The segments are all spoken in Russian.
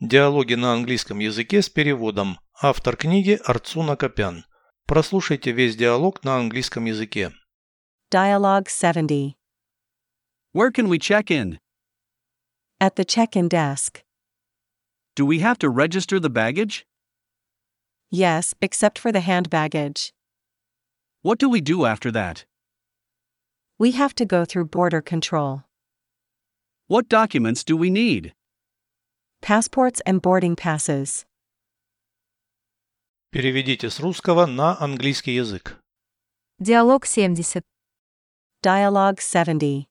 Диалоги на английском языке с переводом. Автор книги Арцуна Копян. Прослушайте весь диалог на английском языке. Dialogue 70. Where can we check in? At the check in desk. Do we have to register the baggage? Yes, except for the hand baggage. What do we do after that? We have to go through border control. What documents do we need? Passports and boarding passes. Переведите с русского на английский язык. Диалог 70. Dialogue 70.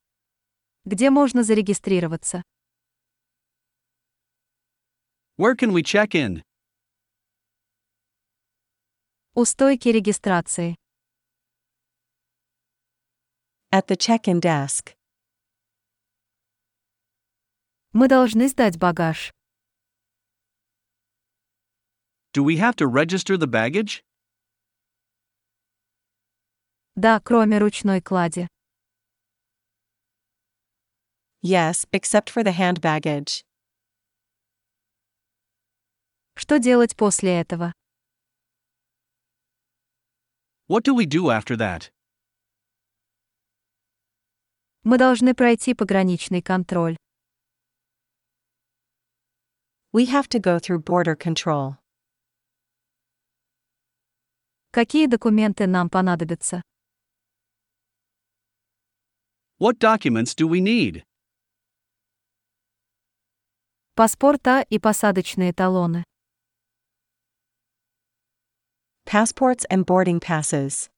Где можно зарегистрироваться? Where can we check in? У стойки регистрации. At the check in desk. Мы должны сдать багаж. Do we have to register the baggage? Да, кроме ручной клади. Yes, except for the hand baggage. Что делать после этого? What do we do after that? Мы должны пройти пограничный контроль. We have to go through border control. Какие документы нам понадобятся? What documents do we need? Паспорта и посадочные талоны. Passports and boarding passes.